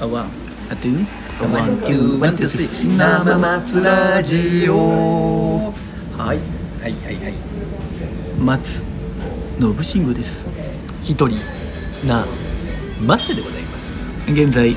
あわんあとゥワン、ツー、ワン、ツー、スリー。生松ラジオ。はい。はいはいはい松信慎吾です一人。な。マステでございます。現在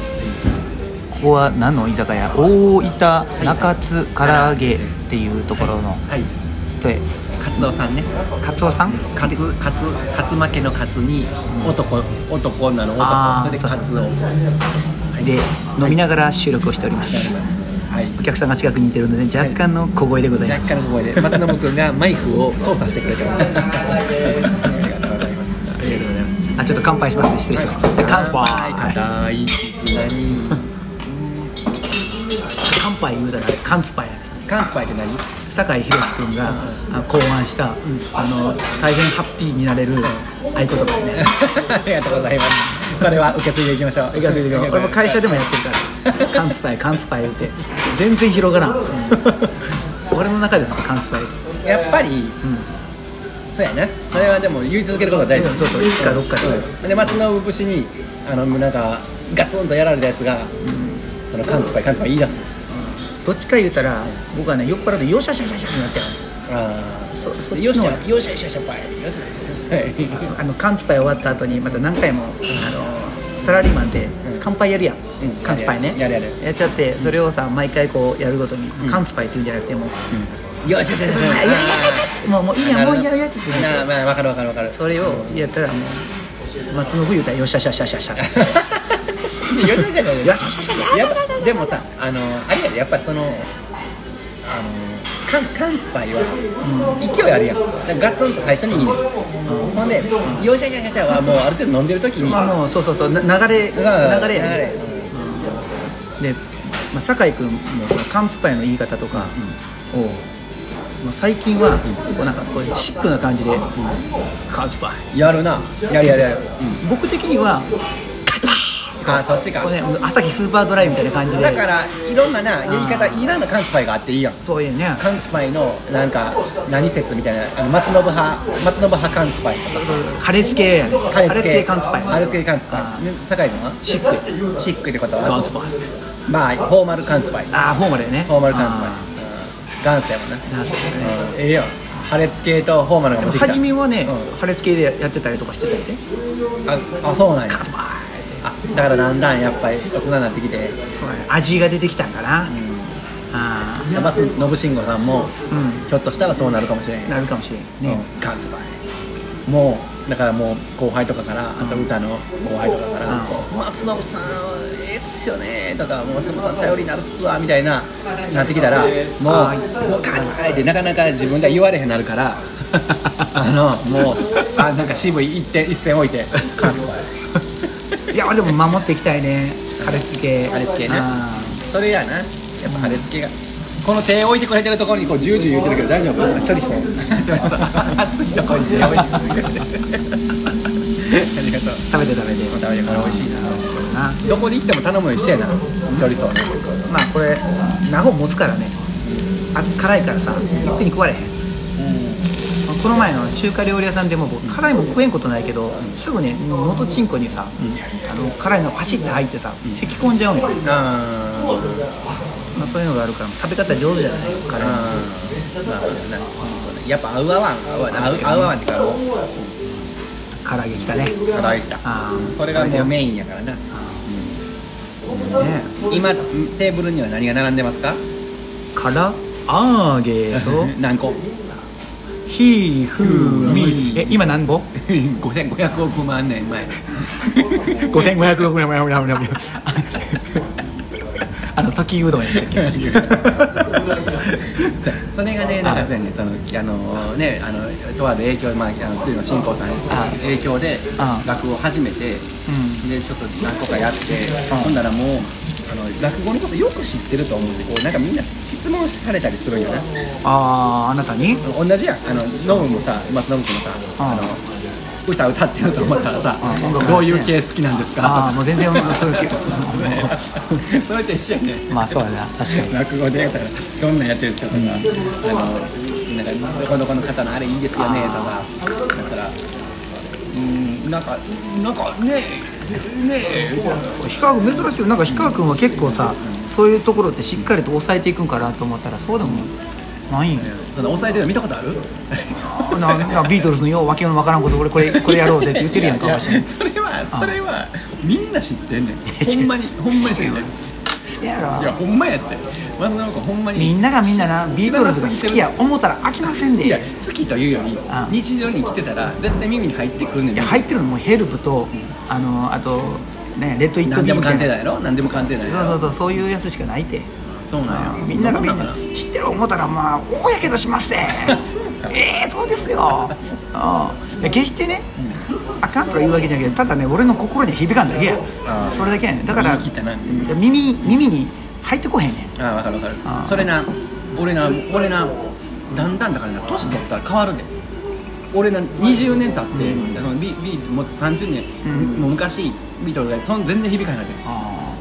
ここは何の居酒屋大分中津唐揚げっていうところのはい。でカツオさんね。カツオさんカツ、カツ、カツ負けのカツに。男、男なのあー男。それでカツオ。はいではい飲みながら収録をしておりまなりすます。はい。お客さんが近くにいてるので若干の小声でござい若ます干の声で、松信君がマイクを操作してくれてます。ありがとうございます。ありがとうございます。あちょっと乾杯しますね失礼します乾杯硬い絆に。乾杯言うたら缶スパやねカンスパイって何。酒井宏樹君があ考案した、あの大変ハッピーになれる合言葉ねありがとうございます。それは受け継いでいきましょう。いかせてくれ俺も会社でもやってるから缶伝え缶伝え言うて全然広がらん俺の中でずっと缶伝えやっぱり、そうやな。それはでも言い続けることが大事。うんそうそういつかどっかでうんで松の節にあのなんかガツンとやられたやつが、そのカンスパイカンスパイ言い出す。どっちか言うたら僕はね酔っ払うとよしゃしゃしゃしゃってなっちゃああ。そそっちのでよっしゃよっしゃよっしゃよっしゃパイよっしゃ。はいうあの缶伝え終わった後にまた何回もあのサラリーマンでん乾杯やるやん、うん缶スパイねやるやるややっちゃってそれをさ毎回こうやるごとに缶スパイっていうんじゃなくてもうよっしゃよっしゃよっしいやいやいやいやもうもういいやもういいやいやって言っ てなあまあわかるわかるわかる。それをやったらもう松の冬だよしゃしゃしゃしゃしゃよしよしよしよしよしやっぱでもさあのあれやでやっぱりそのあのカンカンスパイは勢いあるやんだからガツンと最初にいいねんほんで「よしゃよしゃよしゃ」はもうある程度飲んでる時にまあもうそうそうそうな流れだ流かられやね流れで、まあ、酒井君もその缶スパイの言い方とかを、まあ、最近はこうなんかこうシックな感じで「缶スパイやるなやるやるやる」僕的にはあそっちかこうね朝日スーパードライみたいな感じでだからいろんなな言い方いろんなカンスパイがあっていいやんそういうねカンスパイのなんか何説みたいなあの松信派松信派カンスパイとかカレー付けやねカレー付け缶スパイカレー付けカンスパあイね酒井君はシッシックってことは缶スパイまあフォーマルカンスパイフああフォーマルやねォーマルカンスパイあうん元祖やもんなーなるほどねええやん破裂系とフォーマルが出でもてきた初めはね、う破裂系でやってたりとかしてたんでああそうなんや缶スパイってあだからだんだんやっぱり大人になってきてそうやね味が出てきたんかな、あ松信慎吾さんもあうんひょっとしたらそうなるかもしれんなるかもしれんね、ねカンスパイもうだからもう後輩とかからあと歌の後輩とかからうんこう「松信さんええっすよね」とか「松信さん頼りになるっすわ」みたいななってきたらもうあ「もうカンスパイ」ってなかなか自分では言われへんなるから あのもうあなんか渋い一点一線置いて「カンスパイいやでも守っていきたいね破裂系破裂系ねあ」それやなやっぱ羽根付けが。この手置いてくれてるところにこうジュージュー言ってるけど大丈夫ちょりそう ちょりそう熱いとこに手置いてくれ てるありがとう食べてこれ美ー食べて食べて味しいななどこに行っても頼むの一緒やなチョリソーねまあこれ長を持つからねあ辛いからさいっぺんに食われへんこの前の中華料理屋さんでも僕辛いもん食えんことないけどすぐね元チンコにさ、あの辛いのパシッて入ってさ咳き込んじゃうのよ、あーまあ、そういうのがあるから食べ方上手じゃない辛いのあーまあなるほどねやっぱ合う合わん合う合わん合う合う合わんってかもう唐揚げきたね働いたあーこれがもうねメインやからなね今テーブルには何が並んでますかから揚げと何個ひふみえ今何本5500億万年前五千五百六百六百六あの滝うどんやったっけそうそれがね、なんかそうやね、その、あの、ね、あの、とある影響、まあ、あの、つゆの新興さんのあ影響であ、落語を始めて。で、ちょっと何個かやって、ほんならもう、あの、落語のことよく知ってると思うんで、こう、なんかみんな質問されたりするんよな。あああなたに同じやん、あの、ノブもさ、松信君もさ、ああの。歌歌ってると思ったらさあ音楽、どういう系好きなんですああか もう全然そういうけどとか ね。それと一緒やね。まあそうだな確かに落語でやったらどんなんやってるんですかとか、あのなんかどこどこの方のあれいいですよねとかだったらうんなんかなんかねね氷川君珍しいよなんか氷川君は結構さそういうところってしっかりと抑えていくんかなと思ったらそうでもないんやその抑えてるの見たことあるななんかビートルズのよう訳のわからんこと俺これこれやろうぜって言ってるやんかいわしいそれはそれはみんな知ってんねんほんまにほんまに知ってんねんいややろほんまやって松永君ほんまにみんながみんななビートルズが好きや思ったら飽きませんでいやい好きというよりあ日常に生きてたら絶対耳に入ってくるねんや入ってるのもヘルプとあのあとねレッド・イット・何ビでーもみたい鑑定だなやろ何でも鑑定だやそろうそうそうそういうやつしかないてそうなんやみんながみんそな知ってる思ったらまあおおやけどしますねそうかええそうですようんいや決してねあかんとか言うわけじゃなくてただね俺の心には響かんだけやあーそれだけやねだから耳に切ったな耳耳に入ってこへんねんああ分かる分かるあそれな俺な俺なだんだんだからな年取ったら変わるで俺な20年経って、あのビビもっと30年、うんもう昔ビートルズがその全然響かなかったあ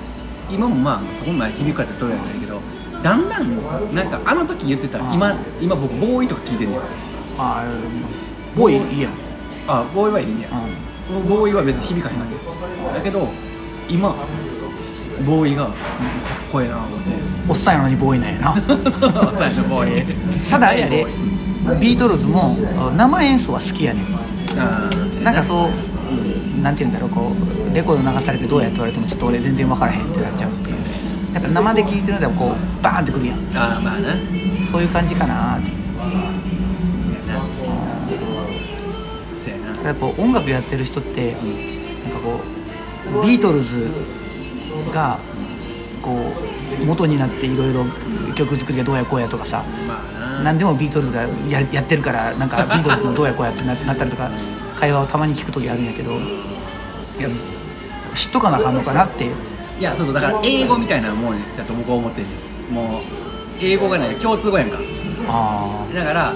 今もまあそこまで響くかってそうやないけどだんだんなんかあの時言ってたあ今今僕ボーイとか聞いてんねんーあーボーイいいやん、あボーイはいいねや、うボーイは別に響かへんわけだけど今ボーイがかっこええな思ってん、おっさんやのにボーイなんや なそう最初ボーイただあれやでボーイビートルズもあ生演奏は好きやねんあーなんかそうなんて言うんだろうこうレコード流されてどうやって言われてもちょっと俺全然分からへんってなっちゃうっていうやっぱ生で聴いてるのでもこうバーンってくるやんあーまあなそういう感じかなーってせやなただこう音楽やってる人ってなんかこうビートルズがこう元になっていろいろ曲作りがどうやこうやとかさまあな何でもビートルズがややってるからなんかビートルズのどうやこうやってななったりとか会話をたまに聞く時あるんやけどいや知っとかなあかんのかなっていやそうそうだから英語みたいなもんだと僕は思ってんねんもう英語がない共通語やんかあだから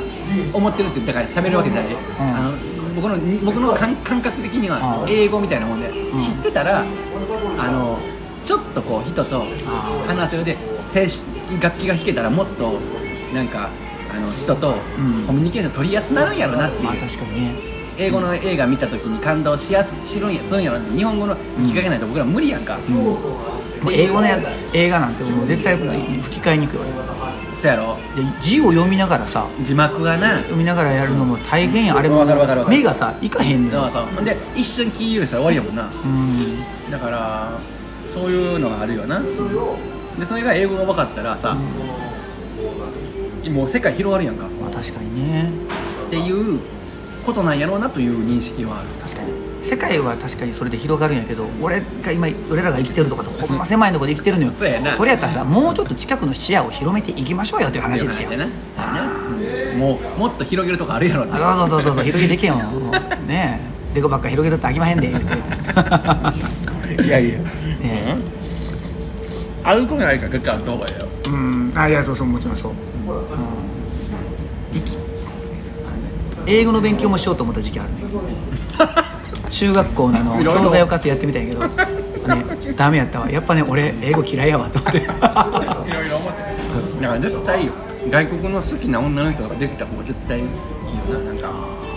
思ってるってだから喋るわけじゃない、あの僕のに僕の感感覚的にはうん英語みたいなもんで、ん知ってたらあのちょっとこう人とあ話せるで精子楽器が弾けたらもっとなんかあの人とうんコミュニケーション取りやすなるんやろなっていう、まあ確かにね英語の映画見た時に感動しやすしるんやするんやろって日本語の聞きかけないと僕ら無理やんか、もう英語のや映画なんてもう絶対吹き替えに行くよそやろ俺で字を読みながらさ字幕がな読みながらやるのも大変や、あれもわかるわかるわかる目がさいかへんのそようそうほんで一瞬聞き許したら終わりやもんなうんだからそういうのがあるよなでそれが英語が分かったらさ、もう世界広がるやんかまあ確かにねっていうことなんやろうなという認識はある確かに世界は確かにそれで広がるんやけど俺が今俺らが生きてるとかってほんま狭いとこで生きてるのよそうやなそれやったらさもうちょっと近くの視野を広めていきましょうよっていう話ですよそうやなそうやなもうもっと広げるとこあるやろなあそうそうそうそう広げていけよもうねえでこばっか広げとってあきまへ んで言うていやいやねあることないから結果はどうかよえうんあいやそうそうもちろんそう、うん、生き英語の勉強もしようと思った時期あ るね中学校のあのいろいろ教材を買ってやってみたんやけど、ね、ダメやったわやっぱね俺英語嫌いや わと思っていろいろ思ってだから絶対いいよ外国の好きな女の人ができた方が絶対いいよななんか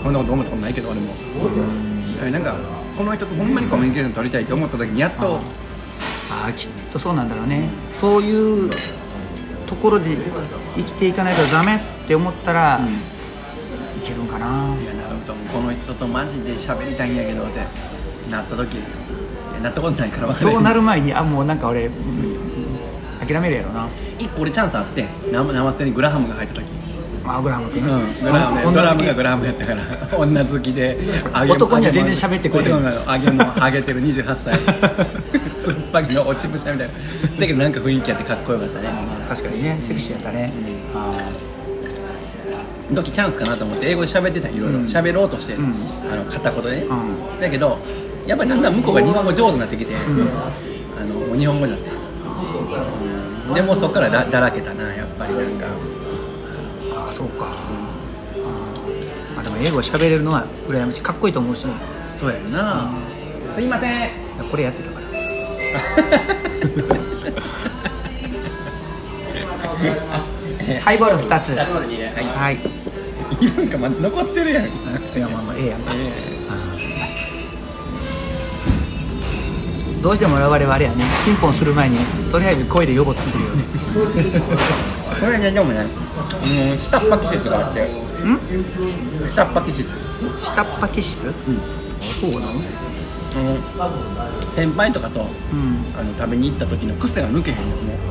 こんなこと思ったことないけど俺もだからなんかこの人とほんまにコミュニケーション取りたいと思った時にやっとああきっとそうなんだろうねそういうところで生きていかないとダメって思ったら、いけるんかないやなると思うこの人とマジで喋りたいんやけどってなった時いやなったことないから分からそうなるる前にあもうなんか俺うん諦めるやろな一個俺チャンスあって生生瀬にグラハムが入った時まあグラハム君、うん、グラあム女ドラ好きムがグラムやった から女好きであげ男には全然喋ってこれへんそうなのあげもあげてる28歳 つっぱきの落ち武者みたいなだけどなんか雰囲気あってかっこよかったね確かにねセクシーやったね、あ時チャンスかなと思って英語で喋ってたいろいろうん喋ろうとして、うんあの片言でね、うだけどやっぱりだんだん向こうが日本語上手になってきて、んあのもう日本語になって、うんでもうそこからだだらけたなやっぱりなんかーあーそうか、あーあでも英語喋れるのは羨ましいかっこいいと思うしねそうやな、すいませんこれやってた からハイボール2つはいいるんかまだ残ってるやんいやまあまあええやんか、えどうしても我々はあれやねピンポンする前にとりあえず声で呼ぼうとする よねこれねでもねもう下っ端季節があってん下っ端季節下っ端気質うんそうなのあの先輩とかとうんあの食べに行った時の癖が抜けへんの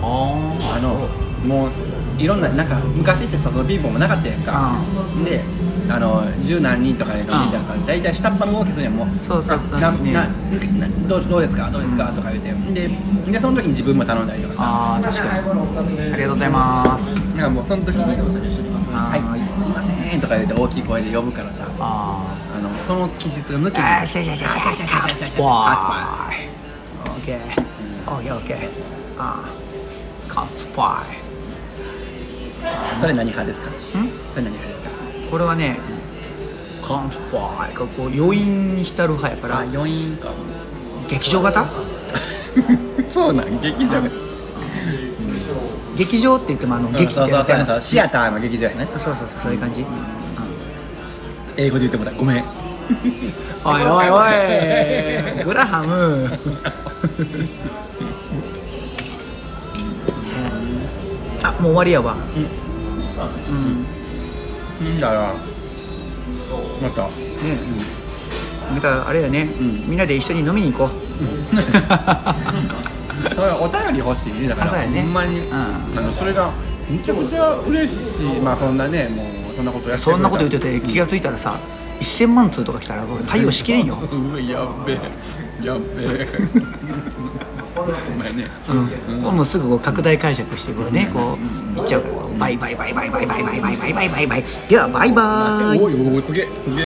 もうああのもういろんななんか昔ってさそのピンポンもなかったやんかであの十何人とかで飲みたいな感じ大体下っ端の動きするやんもうそうそうあなねななどうどうですかどうですかとか言ってででその時に自分も頼んだりとかさああ確かにありがとうございますなんかもうその時に「あはーいすいません」とか言って大きい声で呼ぶからさああのその気質が抜けあないしかしかしかしかしかしかしかしわオッケーオッケーオッケーああカツパそれ何派ですかイんそれ何派ですかこれはねカンツパイがこう余韻に浸る派やからあ余韻か劇場型そうなん劇場が劇場って言ってもあの劇ってそうそうやつそやうなそうシアターの劇場やねそうそうそうそういう感じ、うん英語で言ってもらうごめんおいおいおいグラハムねあもう終わりやわうんねだからまたまたあれやね、んみんなで一緒に飲みに行こう、だからお便り欲しいねだかあそうらやねほんまに、うんあのそれがめちゃくちゃ嬉しいまあそんなねもうそんなことやってそんなこと言っててて気が付いたらさ1000万通とか来たら俺対応しきれんようわやっべえやっべえお前ねうん、もうすぐこう拡大解釈してこうね、こういっちゃうからこうバイバイバイバイバイバイバイバイバイバイバイではバイバーイおいおいすげえすげえ